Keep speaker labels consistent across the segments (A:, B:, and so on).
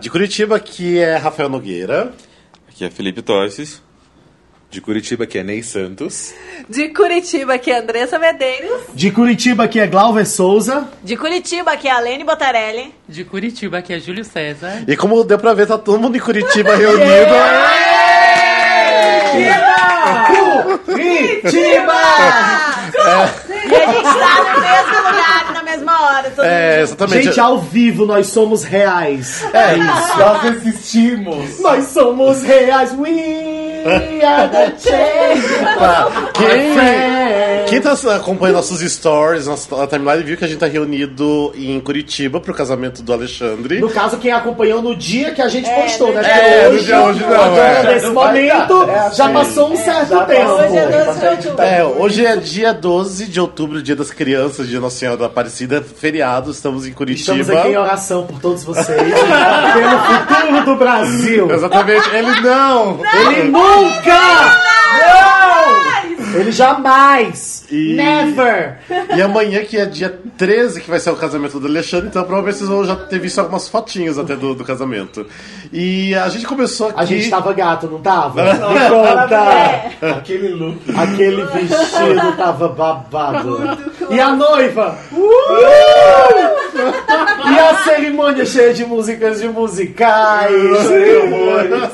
A: De Curitiba, que é Rafael Nogueira.
B: Aqui é Felipe Torres.
C: De Curitiba, que é Ney Santos.
D: De Curitiba, que é Andressa Medeiros.
E: De Curitiba, que é Glauber Souza.
F: De Curitiba, que é Alene Botarelli.
G: De Curitiba, que é Júlio César.
A: E como deu pra ver, tá todo mundo em Curitiba reunido.
F: Curitiba! E a gente tá no mesmo lugar, e na mesma hora. Todo
A: É,
F: mundo.
A: exatamente.
E: Gente, ao vivo, nós somos reais.
A: É isso.
C: Nós assistimos.
E: Nós somos reais. We are the change.
A: Tá.
E: friend.
A: Quem, quem tá acompanhando nossos stories, nossa timeline, viu que a gente tá reunido em Curitiba pro casamento do Alexandre.
E: No caso, quem acompanhou no dia que a gente postou, né?
A: É, no dia hoje não, é.
E: Nesse momento,
A: assim.
E: já passou um certo tempo.
F: Hoje é 12 de outubro.
A: É, hoje é dia 12 de outubro, dia das crianças, dia Nossa Senhora da Aparecida, feriado, estamos em Curitiba.
E: Estamos aqui em oração por todos vocês. pelo futuro do Brasil.
A: Exatamente, ele não!
E: Ele nunca! Não! Ele jamais!
A: E-
E: Never!
A: E amanhã, que é dia 13, que vai ser o casamento do Alexandre, então provavelmente vocês vão já ter visto algumas fotinhas até do, do casamento. E a gente começou aqui.
E: A gente tava gato, não tava? Me conta!
G: É.
C: Aquele look.
E: Aquele vestido tava babado. E a noiva?
G: Uh!
E: E a cerimônia cheia de músicas de musicais, de amores.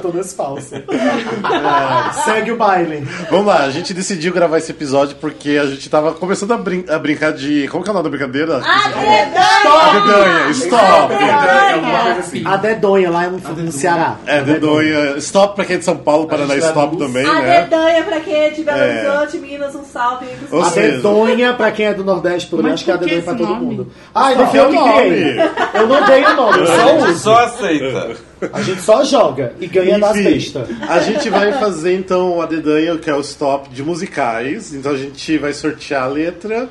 E: Todas falsas. É. Segue o baile.
A: Vamos lá, a gente decidiu gravar esse episódio porque a gente tava começando a, brin- a brincar de. Como que é o nome da brincadeira?
C: Ah!
A: A dedanha, stop!
B: É assim.
E: A dedonha lá no, no Ceará.
A: É, dedanha. Stop pra quem é de São Paulo, Paraná,
C: A gente Ah, vai
A: stop
C: no-
A: também,
D: A
A: né?
D: dedanha pra quem é de Belo
A: É.
D: Horizonte, Minas, um salve. aí pros-
A: Ou
E: A
A: seja,
E: dedonha, pra quem é do Nordeste, por
G: Mas
E: acho que é a
G: por que
E: dedonha pra
G: esse
E: todo
G: nome?
E: mundo. Ah,
A: Não,
E: ele foi eu que
A: é o
E: criei.
A: nome.
E: Eu não dei o nome, eu só
B: A gente
E: uso.
B: só aceita.
E: A gente só joga e ganha nas
A: Enfim,
E: festas.
A: a gente vai fazer então a dedanha, que é o stop de musicais. Então a gente vai sortear a letra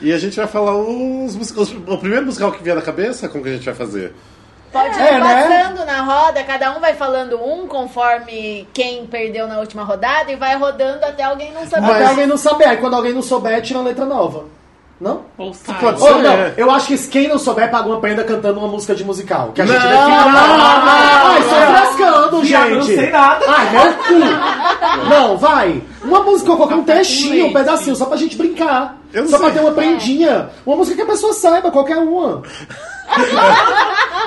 A: e a gente vai falar os músicos. O primeiro musical que vier na cabeça, como que a gente vai fazer?
F: Pode ir
E: É, né?
F: passando na roda, cada um vai falando um conforme quem perdeu na última rodada e vai rodando até alguém não saber.
E: Até alguém não saber. Aí quando alguém não souber, tira uma letra nova. Não?
G: Ou sai.
A: Pode ser.
E: Ou não,
A: é.
E: eu acho que quem não souber paga uma prenda cantando uma música de musical. Que a gente
A: Não,
E: define.
A: não,
E: Ai, só frescando,
C: Viado,
E: gente.
C: não sei nada.
E: Ai, meu cu. Não, vai. Uma música, qualquer um trechinho, um pedacinho, só pra gente brincar.
A: Eu
E: só pra
A: sei.
E: ter uma prendinha. Uma música que a pessoa saiba, qualquer uma.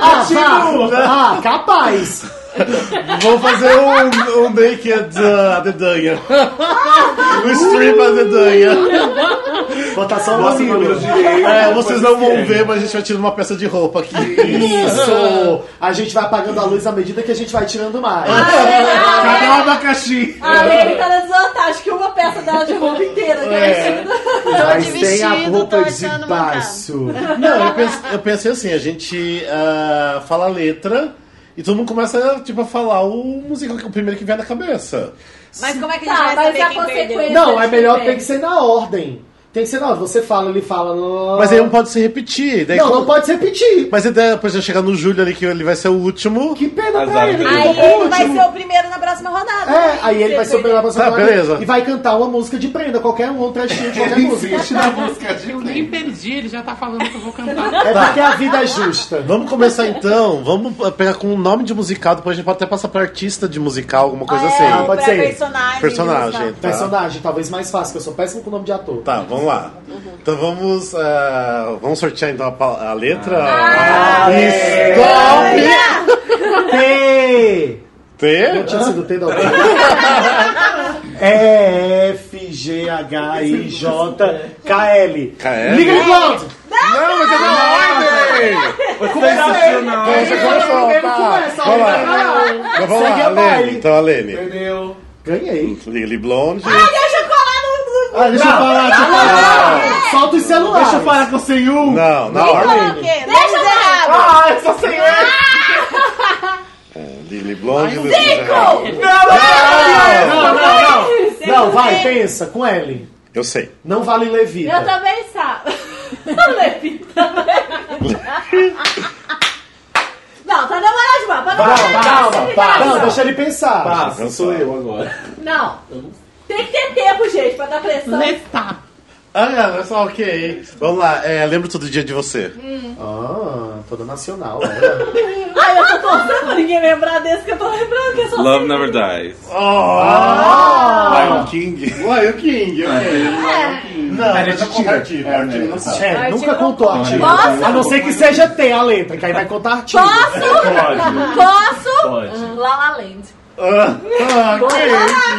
E: ah, vá. ah, capaz.
A: Vou fazer um, um naked uh, a dedanha. um strip a dedanha.
E: Botar só
C: Nossa,
E: um
C: meu
E: mamilo.
C: direito.
A: É, vocês não vão ver, mas a gente vai tirar uma peça de roupa aqui.
E: Isso! A gente vai apagando a luz à medida que a gente vai tirando mais.
F: Ah,
A: Cadê o um abacaxi?
D: A Lene tá na desvantagem, que uma peça dela de roupa inteira, né?
E: Mas
F: de
E: tem a
F: vestido,
E: roupa
F: tô
E: de
F: achando
E: baixo.
A: Não, eu pense- eu pensei, assim, a gente ah, fala a letra e todo mundo começa tipo, a falar o musical, que- é o primeiro que vier na cabeça.
F: Mas como é que a gente
D: Tá,
F: vai
D: mas
F: saber
D: a
F: quem perdeu?
D: consequência.
E: Não, é melhor
D: que
E: tem que ser na ordem. Tem que ser na ordem. Você fala, ele fala. Não,
A: Mas aí não pode se repetir. Daí
E: não,
A: quando-
E: não pode se repetir.
A: Mas a ideia, por exemplo, chegar no Júlio ali, que ele vai ser o último.
E: Que pena pra
B: Azar
E: ele.
A: né?
B: dele.
E: ele
D: Aí
E: tocou
D: ele vai
E: um último.
D: ser o primeiro na próxima rodada.
E: É, aí ele vai ser o primeiro
A: Tá,
E: personagem
A: beleza.
E: e vai cantar uma música de prenda, qualquer um, um trechinho de qualquer música.
C: na música de
G: Eu nem perdi, ele já tá falando que eu vou cantar.
A: Tá.
E: É porque a vida é justa.
A: Vamos começar então, vamos pegar com o nome de musical, depois a gente pode até passar pra artista de musical, alguma coisa
F: é,
A: assim.
F: ou
E: Ah, pode
F: pra
E: ser.
F: personagem.
A: Personagem.
F: musical.
A: Tá.
E: Personagem, talvez mais fácil, que eu sou péssimo com o nome de ator.
A: Tá, vamos lá.
E: Uhum.
A: Então vamos. ah, vamos sortear então a, pa- a letra. É. Stop!
E: T! Não
A: T.
E: tinha sido T, não. É, F, G, H, I, J, K, L.
A: KL?
E: Liga de volta!
A: Não, mas é na ordem!
C: Começou na
A: Então
E: é?
A: você começou, tá? Vamos lá. Então vamos
E: Segue
A: lá,
E: a baile.
A: Alene. Então, Alene.
C: Perdeu.
E: Ganhei.
A: Lily Blonde.
D: Deixa eu colar no- no...
E: Ah, deixa eu falar, deixa eu falar. Solta os celulares. Deixa eu falar com o senhor.
A: Não, na ordem.
F: Por quê? Deixa eu errado.
E: Ah, eu sou senhor.
A: Lily Blonde. Lucinda Real.
E: Ah, Não, não, não. Não, vai, pensa, com L.
A: Eu sei.
E: Não vale
D: Eu
E: Levita.
D: também sabe. Levita. Não, tá demorado demais. Pra
E: Calma,
D: não,
E: calma, calma. Não, deixa ele pensar.
C: Passa,
A: Nossa.
C: Ah, sou eu agora.
D: não. Tem que ter tempo, gente, pra dar pressão.
G: Letá.
A: Ah, é só ok. Vamos lá. É, lembro todo dia de você.
E: Ah, toda nacional. olha.
D: Ai, conseguia lembrar desse que eu tô lembrando, que é só
B: Love
D: assim.
B: Never Dies.
A: Ah! Lion King. Lion King, ok. Não,
C: Era
A: mas
C: de
A: eu
C: tira.
A: compartilho.
C: É,
A: Artigo
C: né?
A: não sabe.
E: É,
F: Artigo
E: nunca
F: não
E: contou
F: conta.
E: artigo.
D: Posso?
E: A não ser que seja T a letra, que aí vai contar artigo.
C: Pode.
D: Posso?
C: Pode.
D: La La Land.
A: Ah, que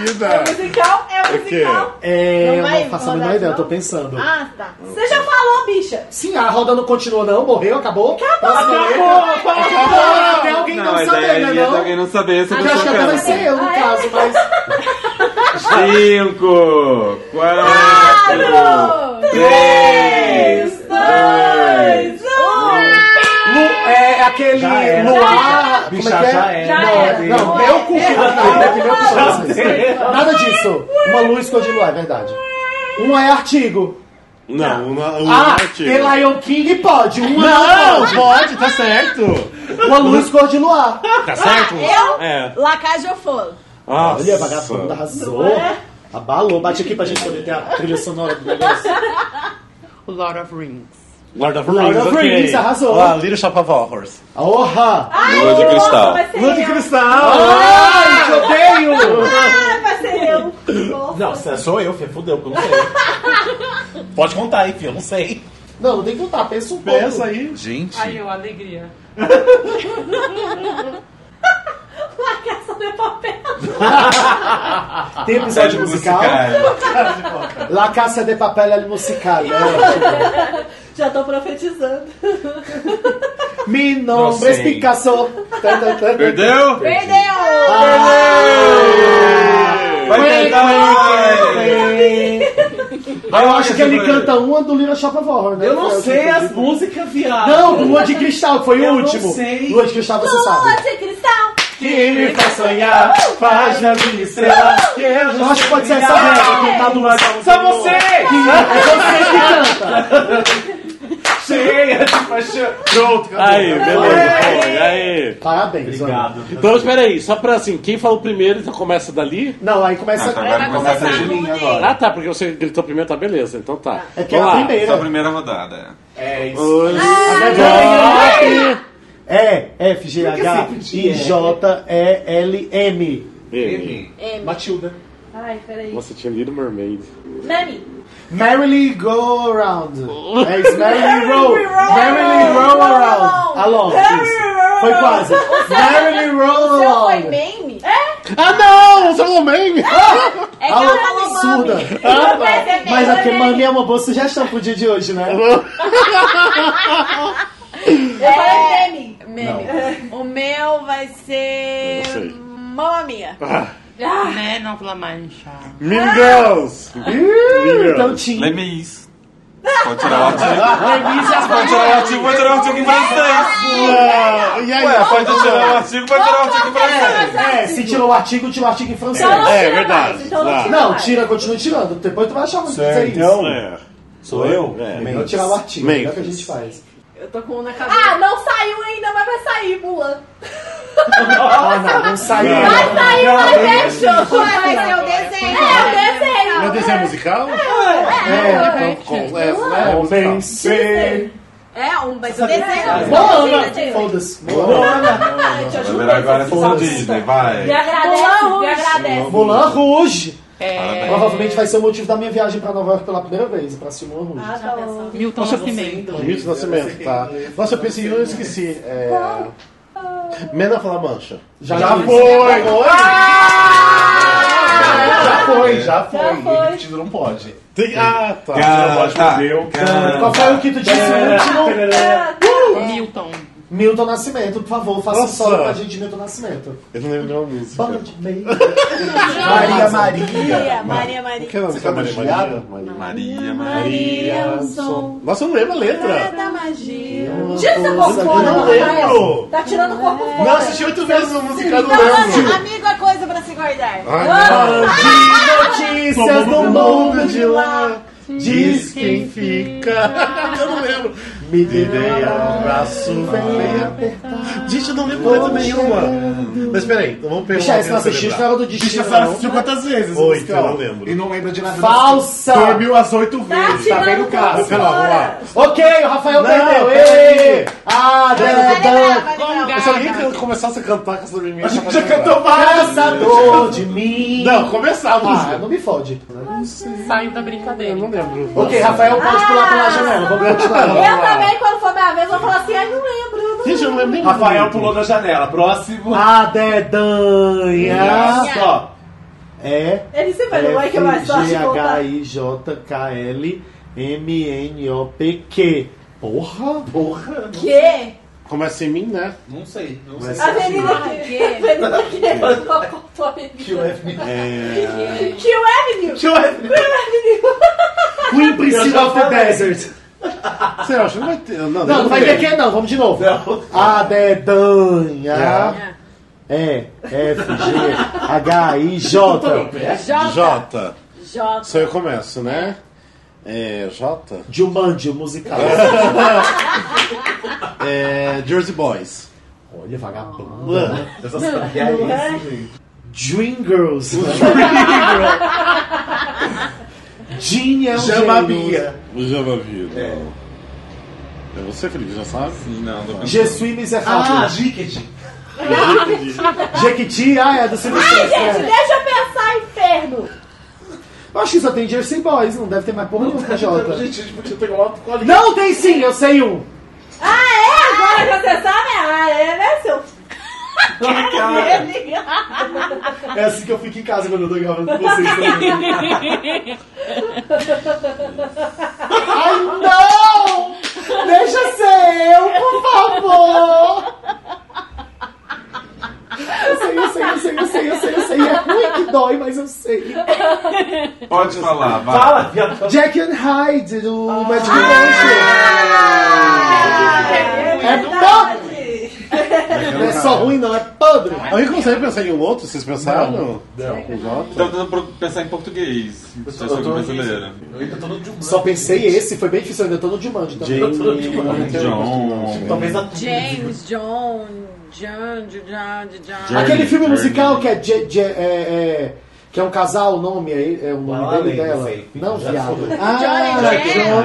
A: querida.
D: É musical? É musical?
F: Não
E: É, eu
F: vai
E: não faço a
F: rodar de
E: menor ideia, eu
F: novo?
E: tô pensando.
F: Ah, tá.
D: Você já falou, bicha.
E: Sim, a roda não continuou não, morreu, acabou? Acabou,
C: Acabou!
E: Até alguém não,
B: mas
E: saber,
B: aí
E: né
H: é
B: ia
E: não?
B: alguém não saber se eu
E: Porque eu acho que até vai ser eu, no
D: Ah, é?
E: caso, mas...
B: Cinco, quatro, três.
D: Dois, um.
E: Lu, é aquele
C: Já era.
E: luar... Como
C: Bicha,
E: é que é?
C: já era.
D: Já
E: Não,
D: era.
E: não,
D: Não é.
E: meu cu que
D: Não,
E: não tá, né? Que meu cu
D: não.
E: chama assim. Nada disso. Uma luz cor de luar, é verdade. Um é artigo.
A: Não, uma, uma
E: Ah, e Lion King pode. Um é
A: Não, pode, tá certo.
E: pode. Uma luz cor de luar.
D: Ah,
B: Tá certo?
F: Eu?
B: É.
F: Lacajofolo.
B: Nossa.
E: Olha, vagabunda arrasou. Abalou. Bate aqui pra gente poder ter a trilha sonora do negócio.
G: O Lord of Rings.
A: Lord of
E: Lord
A: Rings,
E: of
A: ok.
E: Rings, arrasou.
A: Ah, Little Shop of Horrors.
E: Orra!
B: Lua de
D: Nossa,
B: cristal.
D: vai ser
A: Lua de
D: eu.
A: Cristal.
E: Ai, te odeio!
D: Ah, vai ser eu. Nossa.
I: Não, se sou eu, Fê, fudeu, porque eu não sei. Pode contar aí, Fê, eu não sei.
E: Não, não tem que contar, pensa um pouco.
A: Pensa aí.
I: Gente.
G: Aí, eu, alegria.
D: La Casa de é Papel.
E: Tem episódio musical? La Caça de Papel é musical. Né?
D: Já tô profetizando.
E: Mi nombre
I: Não
E: es
I: sei.
E: Picasso. Tan, tan, tan.
B: Perdeu?
F: Perdeu!
B: Vai tentar, vai.
E: Eu acho que ele canta uma do Lira Shop of Horror, né?
C: Eu não
E: Foi o que
C: sei
E: eu
C: as
E: disse.
C: músicas, viado.
E: Não, Lua de Cristal, foi
C: Eu
E: o
C: não
E: último.
C: sei.
E: Lua de Cristal, você
D: Lua
E: sabe.
D: de cristal.
C: Que me faz sonhar, páginas de estrelas que eu
E: Eu
C: já
E: acho que pode ser essa merda que tá do lado da
C: Só
E: música do-
C: você!
E: É você que canta.
C: Cheia de paixão.
A: Pronto, acabou.
J: Aí, beleza. foi, Aí.
E: Parabéns, olha.
C: Obrigado.
J: Então, espera aí. Só pra, assim, quem fala o primeiro, então começa dali?
E: Não, aí Ah, tá, começa.
B: Agora
F: Vai
B: começa
F: começar
B: a
F: com
B: Julinha
F: ele.
B: agora.
J: Ah, tá, porque você gritou primeiro, tá beleza. Então tá.
E: É que é a primeira.
B: Essa é a primeira rodada.
C: É isso.
A: Hoje-
F: Ah,
E: É, F, G, H, I, J, E, L, M.
J: Ei,
E: Matilda.
D: Ai, peraí.
J: Nossa, tinha lido Mermaid.
D: Nani.
E: Merrily go around. É isso, merrily roll.
D: Merrily roll.
E: Merrily roll around. Along.
D: Merrily
E: isso.
D: roll
E: Foi quase. Merrily
F: Seu
E: roll
F: foi
E: along.
F: meme?
A: Ah, não! Você falou meme!
F: É que
E: Alô,
F: ela falou
E: absurda.
F: meme.
E: Ah,
F: Mas é
E: Mas
F: meme.
E: é porque mami é uma boa sugestão pro dia de hoje, né?
D: Eu falei Demi.
F: Meme. É. O meu vai ser.
A: Não sei.
F: Mamma mia.
G: Né, não la mancha.
A: Mean Girls!
E: Então tinha.
B: Lemis. Pode tirar o ativo. Pode
E: Lemis
B: tirar o ativo, pode tirar o ativo em francês.
A: Ah, E aí?
B: Ué, pode tirar o ativo, pode tirar o ativo em francês.
E: É, se tirou o artigo, tira o artigo em francês.
F: Tá
D: Então não
A: É,
D: tira
A: verdade.
D: mais. Então não
A: Tá.
D: tira
E: Não,
D: mais.
E: tira, continua tirando. Depois tu vai achar muito que isso.
I: Então,
A: É.
I: sou eu?
A: É.
E: Melhor tirar o artigo, é o que a
A: Memphis.
E: gente faz.
D: Eu tô com um na cabeça. Ah, não saiu ainda, mas vai sair, Mulan.
E: Ah, não, não saiu.
D: Vai sair o live action.
F: Agora vai ser o desenho.
D: É, o desenho.
A: Meu desenho é musical?
E: É,
A: Com- é, é musical.
E: Homem ser.
F: É, um vai ser o
E: é
F: desenho.
E: Moana! Foda-se. Moana!
D: Ai, te
B: Vai
D: ajudo.
B: virar agora essa Disney, vai.
D: Me agradece, me agradece.
E: Moulin Rouge!
G: É,
E: Provavelmente vai ser o motivo da minha viagem pra Nova York pela primeira vez, pra assistir Moulin Rouge.
D: Ah, tá bom.
G: Milton Nascimento.
A: Mito do Nascimento, tá. Nossa, eu pensei, eu esqueci. É... Mena fala mancha.
E: Já,
A: Já
E: disse.
A: foi!
I: Já foi, já foi.
D: Já foi.
I: Repetido não pode.
A: Tem- Ah, tá.
B: Gata,
E: Qual foi o que tu disse último?
G: Milton.
E: Milton Nascimento, por favor, faça um
A: Nossa.
E: solo pra gente de Milton Nascimento.
A: Eu não lembro nenhuma música.
E: Banda de meio.
I: Maria Maria.
F: Maria, Maria,
A: O
F: Maria.
A: que é a música
I: tá
A: da
I: machucado?
A: Maria?
B: Maria, Maria.
A: Nossa, eu não lembro a letra.
D: Tá,
F: Da magia.
D: Tira essa cocô,
A: Eu não lembro.
D: Tá tirando o corpo fora. Tá
A: Não, assisti oito vezes a música, eu não
F: Então,
A: lembro.
F: amigo é
A: Ah,
F: coisa pra se guardar.
A: Ai, não.
E: Notícias do mundo de lá.
A: Diz quem fica. Eu não lembro. Me direi ao braço, vem apertar. Gente, eu não lembro coisa nenhuma. Mas peraí, então vamos pegar.
E: Bicha,
A: uma
E: esse nosso
A: criança
E: X
A: lembrar.
E: não era do destino.
I: Bicha, a senhora
E: não.
I: assistiu quantas vezes?
A: Oito,
I: o
A: eu
I: musical?
A: não lembro.
B: E não lembra de nada. disso.
E: Falsa!
I: Dormiu as oito
D: Tá
I: vezes. Tá
D: tirando
I: vendo o
D: o
I: caso?
A: Sei lá, vamos lá.
E: Ok, o Rafael
A: Não,
E: perdeu.
A: peraí.
E: Ei! Ah,
F: Vai lembrar,
E: Dan,
F: vai lembrar.
A: Então, Se alguém can- começasse a cantar com essa dorminha,
I: Já cantou várias.
E: Caçador de mim.
A: Não, começar a
E: Ah,
A: música.
E: não me fode.
G: Saindo da brincadeira.
A: Eu não lembro.
E: Ok, Rafael pode pular
A: Ah!
E: pela janela. Vamos continuar.
D: Eu também, quando for minha vez, vou falar assim, ai, não lembro. eu não
A: Gente, eu não lembro nem
I: Rafael
A: muito.
I: pulou da janela. Próximo.
E: A dedanha.
I: Olha só.
E: É.
D: Ele se vai, não vai que eu mais sorte contar.
E: F-G-H-I-J-K-L-M-N-O-P-Q. Porra!
I: Porra.
D: Que?
A: Começa em mim, né?
B: Não sei. Não
E: Mas-
B: sei.
D: Avenida que? Avenida que? Só faltou avenida.
B: Que o F-
A: É.
D: Kill Avenue! Kill Avenue!
E: Queen Priscilla
I: Eu já
E: of the
I: falei.
E: Desert.
A: Você acha? Não vai ter. Não, não,
E: Não, não vai
A: tem.
E: ter que é não. Vamos de novo. A dedanha. É. F-G-H-I-J.
D: J.
A: Jota.
D: J.
A: Só eu começo, né? É. Jota?
E: Jumanji, o musical.
A: É. Jersey Boys.
E: Olha, vagabundo.
B: Eu só sabia
D: é?
B: isso, gente.
E: Dream Girls. Jean é um
B: Chama a
E: gênio.
B: Bia.
A: Java Vida. É você, Felipe, já sabe?
B: Sim, não, não.
E: Je suis
B: Ah,
E: misérable.
B: Jicket.
E: Jequiti, ah, é do Silvio
D: Ai,
E: Santos,
D: gente,
E: né?
D: deixa eu pensar, inferno!
E: Eu acho que só tem Jersey Boys, não deve ter mais porra nenhuma, Jota.
B: Gente, a gente podia pegar uma colinha.
E: Não tem sim, eu sei um.
D: Ah, é? Agora que você sabe, ah, é, né, seu filho?
E: É assim que eu fico em casa quando eu tô gravando com vocês também. Ai, não! Deixa ser eu, por favor! Eu sei, eu sei, eu sei, eu sei, eu sei, eu sei. É ruim que dói, mas eu sei.
B: Pode falar, vai.
I: Fala, viado.
E: Jack and Hyde, do Magic Mansion. É podre!
D: Verdade.
E: Não é só ruim, não, é podre.
A: Alguém consegue pensar em um outro? Vocês pensaram? Não. Com Jota?
H: Tô tentando pro- pensar em português.
B: tô-
H: Essa
B: eu tô-
H: coisa brasileira.
B: Eu ainda tô no Jumanji.
E: Só pensei esse, foi bem difícil, eu ainda tô no Jumanji. Tá?
H: John.
B: Talvez a
F: James, John, John, John, John.
H: John.
E: Aquele filme
H: Journey.
E: musical que é, Je- Je- é- é- que é um casal, o nome é, é o nome
B: Fala
E: dele
B: além,
E: dela.
B: não sei.
E: Não,
B: Já
E: viado.
B: soube.
E: Ah,
F: Johnny Jam.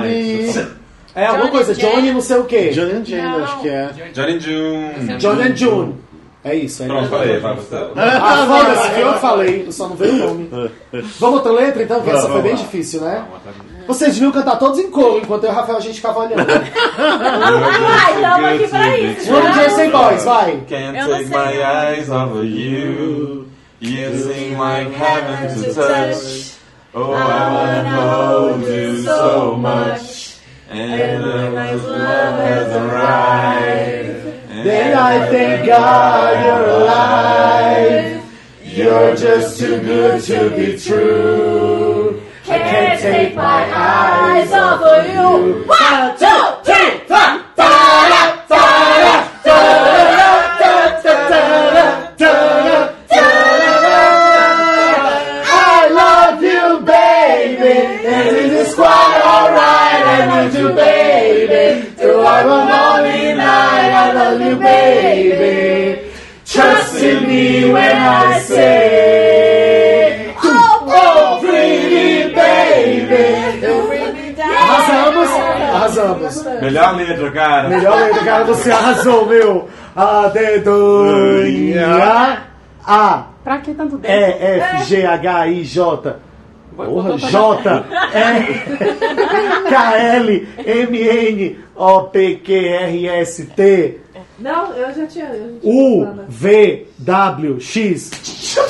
E: Johnny. É alguma
F: Johnny
E: coisa,
F: Jam.
E: Johnny não sei o quê.
A: Johnny and Jane,
G: Não.
A: acho que é.
H: Johnny June.
E: Johnny and June. É isso, é
H: Pronto,
E: isso.
H: falei, vai você.
E: Ah, foda-se, eu falei, eu só não veio o nome. Vamos outra letra então, porque essa foi
A: Vamos
E: bem
A: lá.
E: difícil, né? Vocês deviam cantar todos em coro, enquanto eu e o Rafael a gente ficava olhando.
D: Ah, estamos aqui pra isso.
E: One Jersey Boys, vai.
H: Can't
F: Eu não
H: take
F: sei.
H: my eyes off of you. You seem like heaven to touch. Oh, I wanna hold you so much. And as love has arrived.
E: Then I thank God you're alive. You're just too good to be true. I can't take my eyes off of you. One, two, three, four. Ta-da, ta-da, ta-da, ta-da, ta-da, ta-da, ta-da. I love you, baby, and it is quite alright. I need you, baby, throughout the morning night. I love you, baby. Trust in me when I say, Oh, pretty baby. Arrasamos! Arrasamos!
H: Melhor letra, cara.
E: Melhor ainda, cara, você arrasou, meu! A dedanha! A,
G: Pra que tanto
E: E,
G: dedo?
E: F, G, H, I, J. Porra,
G: botou
E: J, E, K, L, M, N, O, P, Q, R, S, T,
D: Não, eu já tinha. eu já tinha
E: U,
D: falado.
E: V, W, X.
H: Eu,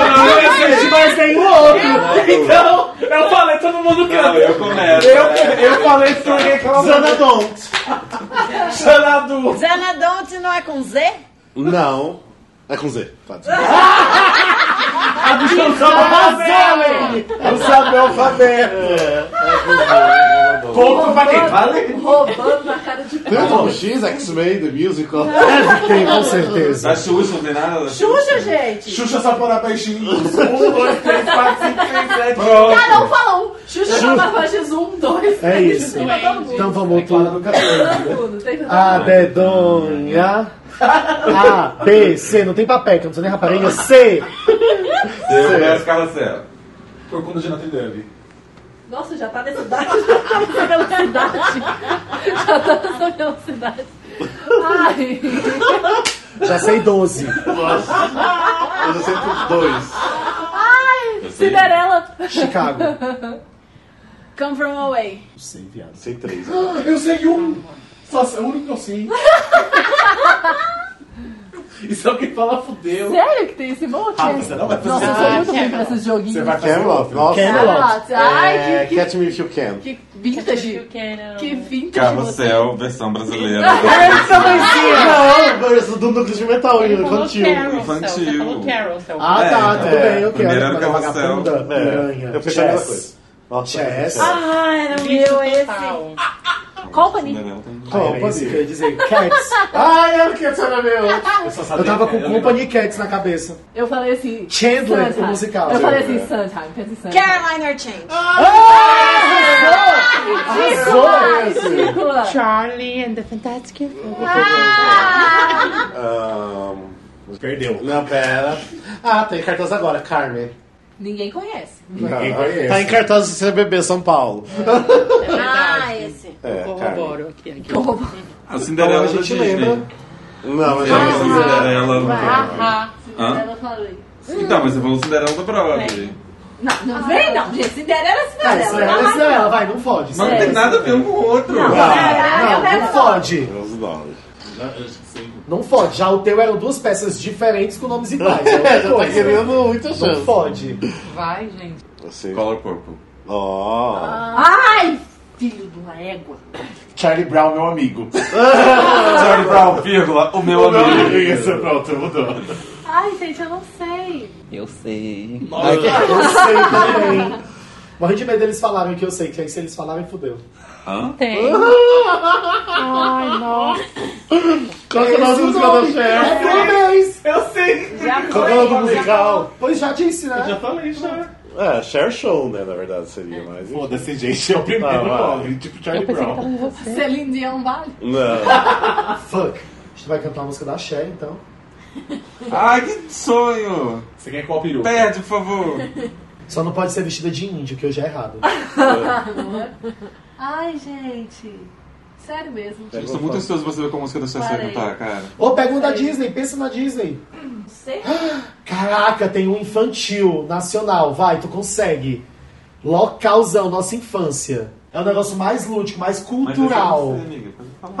E: Não existe mais nenhum outro! Então,
I: Eu falei, todo mundo
H: não,
I: canta.
H: eu começo.
I: Eu falei pra alguém que ela
A: Zanadon.
I: Xanadu.
F: Zanadonte não é com Z?
A: Não. É com Z. Tá, desculpa.
I: A
E: né?
I: bicha não sabe fazer.
E: Zelen! Eu sabia o alfabeto!
A: É com Z.
K: Pouco pra quem vale.
D: Roubando na cara de
A: Tem um
D: pau.
A: como X, X-Men, The Musical?
E: É.
D: Deve
A: Tem, com certeza.
H: Da Xuxa, não tem nada da
D: Xuxa, gente!
I: Xuxa Saporá Peixinho.
K: Um, dois, três, quatro, cinco, seis, sete.
H: Pronto.
D: Cada um fala um. Xuxa
E: Xuxa.
D: chama Fages um, dois,
E: É
D: três,
E: isso.
D: pra todo mundo.
E: Então vamos tudo.
D: Todo mundo, tem todo
E: A
D: mundo.
E: dedonha. A, B, C. Não tem papel, que eu não sou nem rapariga. C.
H: Eu peço carrossel.
I: Foi quando a Gina Trilhani.
D: Nossa, já tá nessa idade, já tá nessa velocidade. Já tá nessa velocidade. Ai.
E: Já sei 12.
A: Eu já sei os dois.
D: Ai,
H: Eu sei.
D: Cinderela.
E: Chicago.
B: Come from away.
I: Não sei, viado.
A: Sei três.
I: Eu sei um. Só sei- o único que eu sei. E se alguém falar, fudeu.
D: Sério que tem esse monte?
I: Ah, você não vai
D: Nossa, eu
I: fazer.
D: sou muito ruim pra esses joguinhos.
I: Você vai fazer
A: Camelot,
I: outro.
A: nossa.
D: Camelot. Ai,
A: É,
D: que,
A: Catch Me If You Can.
D: que, que vintage. Que um. vintage. você.
H: Carrossel, versão brasileira.
D: Essa mãezinha.
A: Não, eu sou do núcleo de metal ainda, infantil.
H: Infantil.
E: Ah, tá, tudo
A: é.
E: bem, ok.
H: Primeiro
E: Olha,
H: era
E: mas
H: carrossel.
E: vagabunda,
A: É,
E: piranha.
A: eu pensei a mesma coisa.
E: Chess.
A: Nossa,
E: Chess.
D: Ai, não
G: Meu
D: viu esse.
G: esse.
D: Company.
H: Cinderela tem-
E: Ah, era
A: Company.
E: isso que eu ia dizer. Cats.
A: Ai, eu quero saber meu.
I: Eu só sabia
E: Eu tava
I: que
E: com
I: era
E: Company e Cats na cabeça.
D: Eu falei assim.
E: Chandler,
D: Sondheim.
E: o musical.
D: Eu falei assim,
I: É.
D: Sondheim. Pensa em Sondheim.
B: Caroline Archange.
E: Ah, Arrasou esse.
D: Ridícula.
G: Charlie and the Fantastic Four.
A: Ahn,
I: Perdeu.
A: não, pera. Ah, tá em cartaz agora, Carmen.
D: Ninguém conhece.
I: Ninguém conhece.
A: Tá em cartaz do CBB São Paulo.
B: Ah, esse.
A: É, Carmen.
G: Corroboro aqui. aqui.
H: A
A: Então
H: Cinderela
A: a
H: da
A: gente
H: Disney.
A: lembra. Não, a
H: Você falou
A: gente
H: Cinderela no
D: Ah,
H: Hã?
D: eu falei.
H: Então, mas você falou Cinderela da Broadway.
D: Não, não vem não, gente. Cinderela é
E: Ah, isso
D: Cinderela.
E: é isso é ela, vai, não fode.
H: Mas não tem nada a ver um com o outro.
E: Não, né? não fode.
A: Os nomes.
E: Não fode. Já o teu eram duas peças diferentes com nomes iguais. É
A: É, já
E: outra
A: tá
E: coisa.
A: querendo muita
E: Não
A: chance.
E: fode.
G: Vai, gente.
A: Assim.
H: Color Purple.
A: Ó.
D: Ah, Ai, filho de uma égua.
I: Charlie Brown, meu amigo.
H: Charlie Brown, vírgula, o meu amigo.
I: Isso, pronto, mudou.
D: Ai, gente, eu não sei.
L: Eu sei.
E: Eu sei também. Morri de medo deles falarem o que eu sei, que aí se eles falarem, fudeu.
H: Hã?
G: Tem. Ai, nossa.
A: Qual que é o nome do musical da Cher?
E: É três.
I: Eu sei.
D: Já
A: Qual que é o nome do
D: foi.
A: musical?
E: Pois já disse, né?
I: Já falei, já.
A: É, Cher Show, né, na verdade seria, mas...
I: Foda-se, gente. É o primeiro
A: Ah, vai.
I: nome. Tipo
G: Eu
I: Charlie
G: pensei que
I: Brown.
G: tava em você.
D: Celine Dion vale.
A: Não.
E: Fuck. A gente vai cantar a música da Cher, então.
H: Ai, que sonho.
I: Você quer qual peruca?
H: Pede, por favor.
E: Só não pode ser vestida de índio, que hoje é errado.
D: Ai, gente. Sério mesmo.
H: Eu estou muito ansioso pra saber qual música da Cher você vai cantar, cara.
E: Ou pega um da Disney, pensa na Disney.
D: Não sei.
E: Caraca, tem um infantil nacional, vai, tu consegue. Localzão, nossa infância. É um negócio mais lúdico,
A: é
E: mais
H: Mas deixa eu
E: cultural.
H: você, amiga. um Pode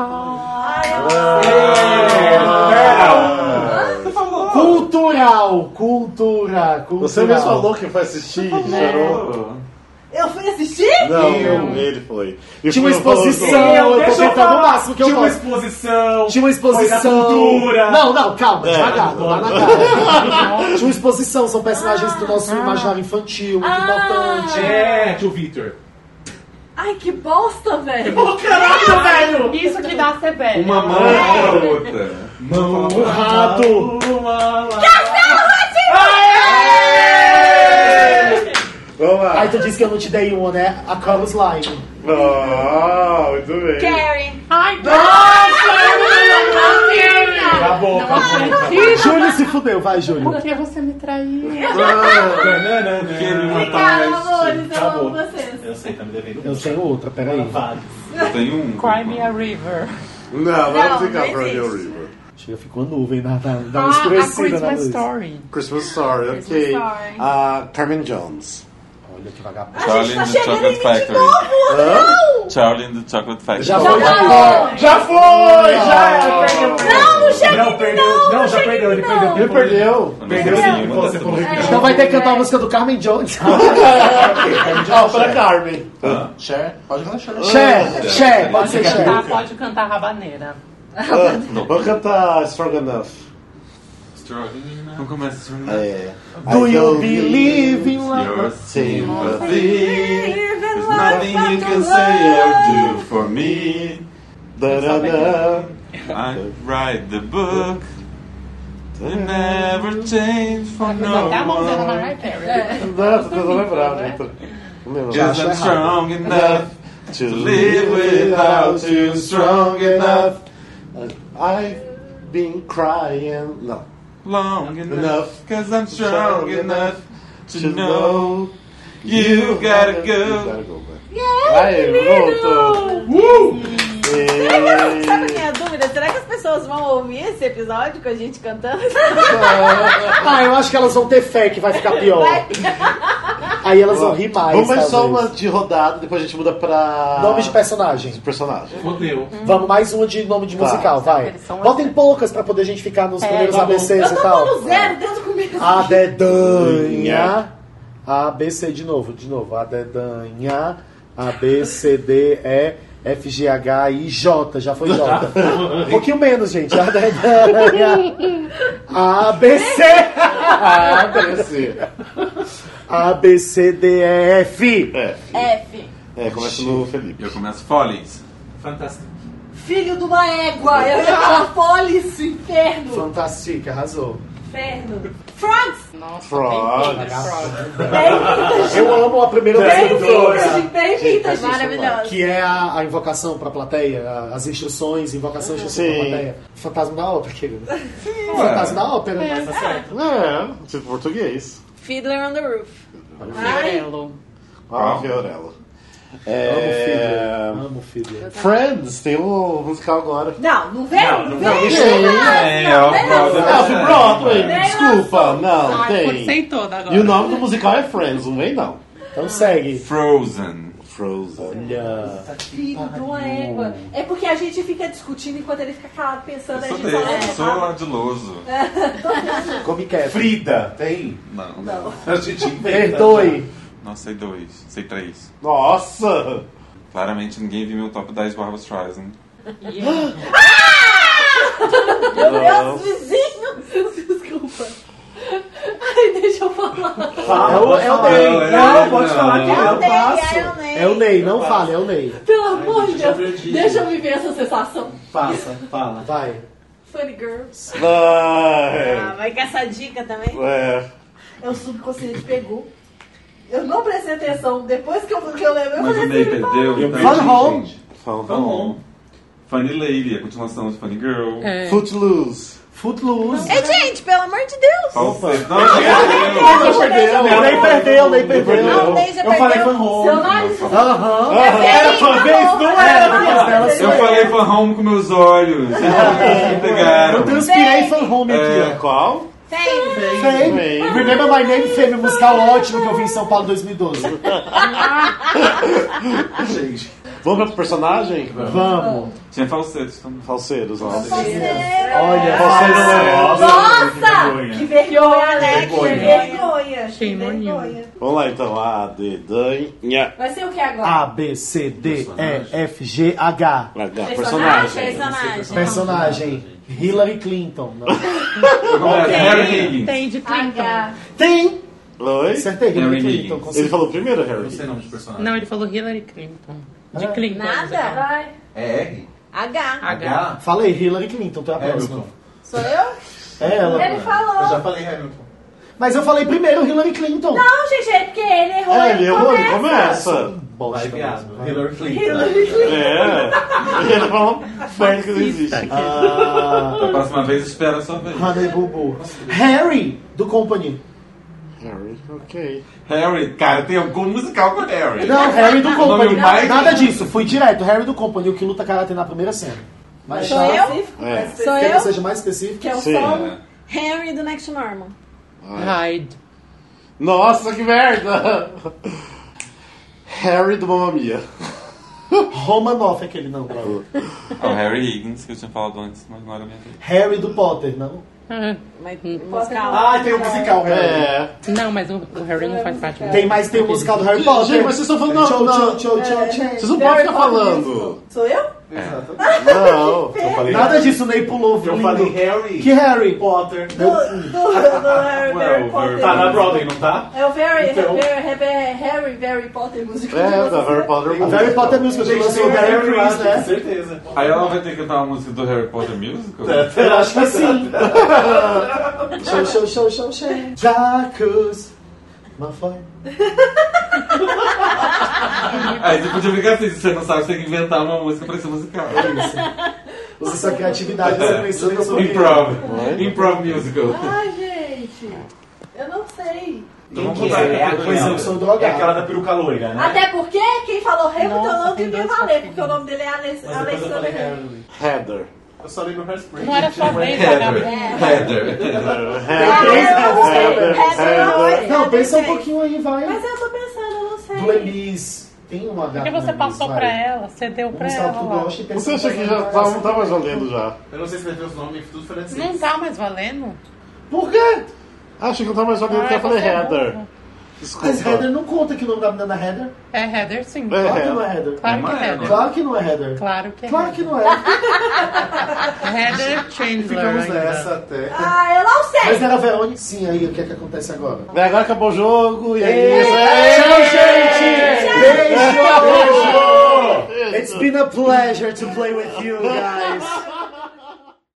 H: falar.
A: Ah,
E: Cultural, cultura, cultural.
A: Você mesmo falou que foi assistir,
H: é
A: chorou.
D: Eu fui assistir?
A: Não, ele foi. E
E: Tinha
A: foi
E: uma
A: eu falando-
E: exposição, eu tô tentando o máximo que eu
I: Tinha uma
E: posso.
I: exposição.
E: Tinha uma exposição.
I: Foi da cultura.
E: Não, não, calma,
A: É.
E: devagar, não lá na cara. Tinha uma exposição, são personagens do nosso imaginário infantil, muito importante.
I: É, tio Victor.
D: Ai, que bosta, velho.
E: Caralho, velho!
G: Isso que dá ser velho.
H: Uma mão pra outra.
E: Mão no rato!
A: Vamos lá.
E: Aí tu disse que eu não te dei uma, né? A Carlos Line.
A: Não, muito bem.
B: Carrie.
G: Ai, nossa!
I: Acabou, acabou.
E: Júlio se fudeu, vai, Júlio.
G: Por que você me traiu?
H: Queria me matar, é
D: Obrigada,
H: mas...
D: amores. Eu amo
I: Acabou.
D: vocês.
I: Eu sei, tá me devendo.
E: Eu tenho outra, peraí.
I: Vale.
H: Eu tenho um.
G: Cry me a river.
A: Não,
B: Não,
A: vamos ficar
B: não
A: pra New
B: existe.
A: River.
E: Chega, ficou nuvem, na, na, dá
G: Ah,
E: uma
G: a
E: escurecida né, na
G: Christmas
E: luz.
G: Story.
A: Christmas Story, ok.
B: Christmas Story.
A: Ah, Carmen Jones.
E: Olha que vagabundo.
H: Charlie and the Chocolate Factory.
D: Tá
H: Charlie and the Chocolate Factory.
E: Já foi, já foi.
A: Já foi! Já!
D: Não, cheguei
I: Não, perdeu. Não, já perdeu. Ele perdeu.
A: Ele perdeu.
I: Perdeu sim. Você falou que
E: Então vai ter que cantar a música do Carmen Jones.
A: Ó, Ah, pra Carmen.
H: Ah.
A: Cher, pode cantar é. Cher.
E: Cher, Cher, pode ser Cher.
G: Ah, pode cantar rabaneira.
A: Vamos Ah, cantar Strong Enough.
H: Não começa a surgir.
A: É.
E: Do you believe in love?
H: Your sympathy is Nothing you can say or do for me. Da-da-da. I write the book. They never change for no
G: Até a mãozinha da
H: one.
G: Mariah Carey.
A: Não, tô tentando lembrar. né? Tô- Não lembro.
H: Cause I'm
A: Acho
H: strong
A: errado.
H: enough to live without you. Strong enough,
A: I've been crying. Não.
H: long enough.
A: Enough.
H: Cause I'm strong
A: Strong
H: enough to
A: to
H: know you gotta go.
A: Gotta go, velho. Aí, voltou.
D: Sabe é a
A: Uh!
D: minha dúvida? Será que as pessoas vão ouvir esse episódio com a gente cantando?
I: Tá
E: Ah, eu acho que elas vão ter fé que vai ficar pior.
D: Vai.
E: Aí elas vão rir mais.
A: Vamos mais só
E: talvez.
A: uma de rodada, depois a gente muda pra.
E: Nome de personagem.
A: personagem.
I: Fudeu.
E: Vamos mais uma de nome de
A: Tá.
E: musical, vai.
G: Hum. Eles são assim.
E: Botem poucas pra poder a gente ficar nos
G: É,
E: primeiros
G: tá bom.
E: ABCs
D: Eu
E: e
D: tô
E: tal.
D: pondo zero desde o começo.
I: Ah.
E: A dedanha. A, B, C, de novo, de novo. A dedanha. A, B, C, D, E, F, G, H, I, J. Já foi J. Um pouquinho menos, gente. A dedanha. A, B, C.
A: Ah, parece.
E: A, B, C, D, E, F.
A: É,
D: F.
A: é, começa no Felipe.
H: Eu começo folies.
I: Fantástico.
B: Filho de uma égua! Eu ia
I: Ah.
B: falar police, inferno!
E: Fantástica, arrasou.
B: Inferno! Frogs!
G: Nossa,
A: Frog.
G: bem feita, Frog.
B: Bem-vindas!
E: Eu amo a primeira versão
B: Bem-vindas! Bem-vindas!
D: Maravilhosa.
E: que é a, a invocação pra plateia, a- as instruções, invocação, instrução pra
A: Sim.
E: plateia. Fantasma da ópera, querido. Fantasma da ópera. né? Tá
A: É, tipo português.
D: Fiddler on the Roof.
G: Fiorello.
A: Ah, Fiorello. É...
E: Amo, filho.
A: Friends, tem o musical agora.
B: Não, não vem!
I: Não, não
B: vem!
A: Isso aí.
H: É, ó, É.
A: Ah, foi Broadway,
B: Tem
A: desculpa, não,
G: Ai,
A: tem.
G: forcei toda agora.
A: E o nome do musical é Friends, não vem não.
E: Então segue.
H: Frozen.
A: Frozen.
E: Olha.
B: Filho de uma égua! É porque a gente fica discutindo enquanto ele fica calado pensando, a
H: Sou
B: gente
H: desse, sou
B: fala. "Ah,
H: ardiloso.
E: Come quieto.
M: Frida, tem?
H: Não.
M: A gente inventa.
E: Perdoe.
H: Não, sei dois, sei três.
A: né? Nossa!
H: Claramente ninguém viu meu top 10 Barbra Streisand.
B: Meus vizinhos! Desculpa! Ai, deixa eu falar!
E: É o, é o Ney.
H: Não, é-
I: Não, pode
H: não.
I: falar que eu
D: Tem
I: passo.
D: Iron
E: É o
D: Man.
E: Ney, não fale, é o Ney.
B: Pelo amor de
I: gente, eu
B: Deus!
I: já perdi.
B: Deixa eu viver essa sensação!
I: Passa, fala.
E: Vai.
B: Funny Girls!
D: Ah,
A: Vai.
D: vai que essa dica também.
A: É.
B: Eu subconsciente pegou. Eu não prestei atenção. Depois que eu, que eu lembro, eu
H: Mas o
B: falei
H: Ney
B: assim,
H: perdeu. então-
E: Fun Home.
A: Fun
H: Fun Home. Funny Lady, a continuação de Funny Girl.
G: É.
A: Footloose.
E: Footloose.
D: É, gente, pelo amor de Deus.
H: Opa. Não,
A: Eu perdeu.
E: O Ney perdeu, o Ney
D: Não,
E: perdeu.
D: o Ney
B: é
D: já
I: Eu falei
D: perdeu.
I: fan home.
B: Seu nome?
E: Aham.
B: é
A: Era sua vez, não era!
H: eu falei Fun Home com meus olhos. Vocês não me pegaram.
E: Eu transpirei fan home aqui, ó.
A: Qual?
D: Fame.
E: Fame.
A: Bem.
E: Remember My Name, Fame, musical ótimo que eu vi em São Paulo em 2012.
I: Gente.
A: Vamos pro personagem?
E: Vamos.
H: Tinha falsetes também.
A: Falseiros, ó.
E: Olha.
A: Falseiro é.
B: Nossa! Que vergonha, né? Que
I: Vergonha.
B: vergonha. Que
G: Shame on you.
B: vergonha.
A: Vamos lá então. A, D, danha.
B: Vai ser o que agora?
E: A, B, C, D, E, F, G, H.
A: H,
D: Personagem.
A: personagem.
D: Personagem.
E: Personagem. Hillary Clinton. Não.
H: Harry Higgins.
G: Tem de Clinton.
B: H.
E: Tem!
A: Oi?
E: Acertei, Hillary
H: Hillary
E: Clinton.
H: Higgins.
E: com
A: Ele
E: certeza.
A: falou primeiro, Harry.
I: Não sei o nome de personagem.
G: Não, ele falou Hillary Clinton. De
E: É.
G: Clinton.
D: Nada.
B: Vai.
M: É R?
D: H.
G: H.
E: Falei, Hillary Clinton, tu é a próxima.
M: Hamilton.
D: Sou eu?
E: É ela.
B: Ele
M: Eu
B: falou.
M: já falei Hamilton.
E: Mas eu falei primeiro Hillary Clinton.
B: Não, gente, é porque ele errou.
A: É, ele errou, ele
B: começa.
A: começa.
E: Bosta.
M: Vai,
E: mesmo,
M: viado.
E: vai.
M: Hillary Clinton.
A: É. Ele falou merda que não existe.
E: Ah,
H: Da próxima vez, espera a sua vez.
E: Honey Boo Boo. Harry, do Company.
A: Harry, ok.
H: Harry, cara, tem algum musical com Harry.
E: Não, Harry do Company.
H: nome mais-
E: Nada disso, fui direto. Harry do Company, o que luta karatê na primeira cena. Mas
D: Sou
E: tá.
D: eu?
A: É.
D: Sou
E: Quer que
D: eu?
E: seja mais específico?
B: Que é o
A: Sim.
B: som.
H: É.
D: Henry do Next Normal.
G: Hyde.
A: Nossa, que merda! Harry do Mamma Mia.
E: Romanoff, aquele não, brother.
H: É o Harry Higgins, que eu tinha falado antes, mas não era minha vez.
E: Harry do Potter, não?
D: Mas musical.
E: Ah, tem o musical, Harry.
A: É.
G: Não, mas o, o Harry não faz parte do
E: Tem mais, tem o musical do Harry
A: Gente,
E: Potter.
A: mas é vocês estão falando.
E: Tchau,
A: Não,
E: tchau,
A: não.
E: tchau, tchau, tchau.
A: Vocês não podem ficar falando.
B: Sou eu?
E: Exatamente.
H: Eu
E: Não,
A: É.
H: falei-
E: nada disso, Ney pulou o
I: Eu
E: lindo.
I: falei Harry.
E: Que Harry?
I: Potter.
D: Do, do, do Harry, Harry Potter.
I: Tá na Broadway, não tá?
D: É o Very,
I: Então.
D: very, very, Harry, Very Potter musical.
A: É, da Harry Potter.
E: O Harry Potter Musical
I: Tem que
E: lançou
I: ser
E: o
I: o
E: Harry
I: Harry
E: Potter,
I: Potter, com
E: né?
I: é certeza.
H: Aí ela vai ter que cantar uma música do Harry Potter Musical?
E: Eu acho que sim. show, show, show, show, show. Jacuz. Malfoy.
H: Aí você podia ficar assim, se você não sabe, você tem que inventar uma música pra esse musical.
E: Usa sua criatividade, né? você pensou nisso.
H: Improv. Improv musical.
D: Ai, gente. Eu não sei.
H: Então
I: Quem
H: vamos
I: que
H: botar
I: é? É
H: aqui.
E: Pois eu sou
I: É
E: drogado.
I: aquela da peruca loira, né?
D: Até porque quem falou Hamilton
G: Nossa,
D: não
G: tem
D: devia
G: dois
D: valer,
G: papéis.
D: porque o nome dele é Alex-
I: Mas depois eu
D: Alexander
I: falei
D: Hamilton.
I: Harry.
A: Heather.
I: Eu só lembro Hairspray. um
G: Não era sua vez,
H: Heather.
G: Gabi.
H: Heather.
A: Heather.
D: Ah,
A: Heather.
E: Não, pensa
G: é
E: um pouquinho aí, vai.
D: Mas eu tô pensando, eu não sei.
E: Do Elis. Tem uma gata.
G: Porque
E: no
G: você
E: Elis,
G: passou
E: vai.
G: pra ela, cedeu pra
E: Vamos lá,
G: ela.
E: tu
G: lá.
E: gosta e pensa
A: Você acha que
E: uma
A: já
E: gata.
A: tá, não tá mais valendo já?
I: Eu não sei se escrever os nomes, tudo foi assim.
G: Não tá mais valendo?
E: Por quê?
A: Acho que não tá mais valendo porque
G: Ai,
A: eu falei
G: você é
A: Heather.
G: burro.
A: Desculpa.
E: Mas Heather não conta que o nome da menina é Heather.
G: É Heather, sim.
A: É.
E: Claro que não é Heather.
G: Claro que
H: Não
G: é
H: é,
G: Heather.
H: não
E: Claro que não é Heather.
G: Claro é que é.
E: Claro que não é.
G: Heather Chandler.
I: Ficamos
G: ainda.
I: nessa até.
D: Ah, eu não sei.
E: Mas era a Verônica. Sim, aí o que é que acontece agora?
A: Daí Agora acabou o jogo e é aí.
E: Tchau,
A: É
E: gente! Beijo! It's been a pleasure to play with you guys.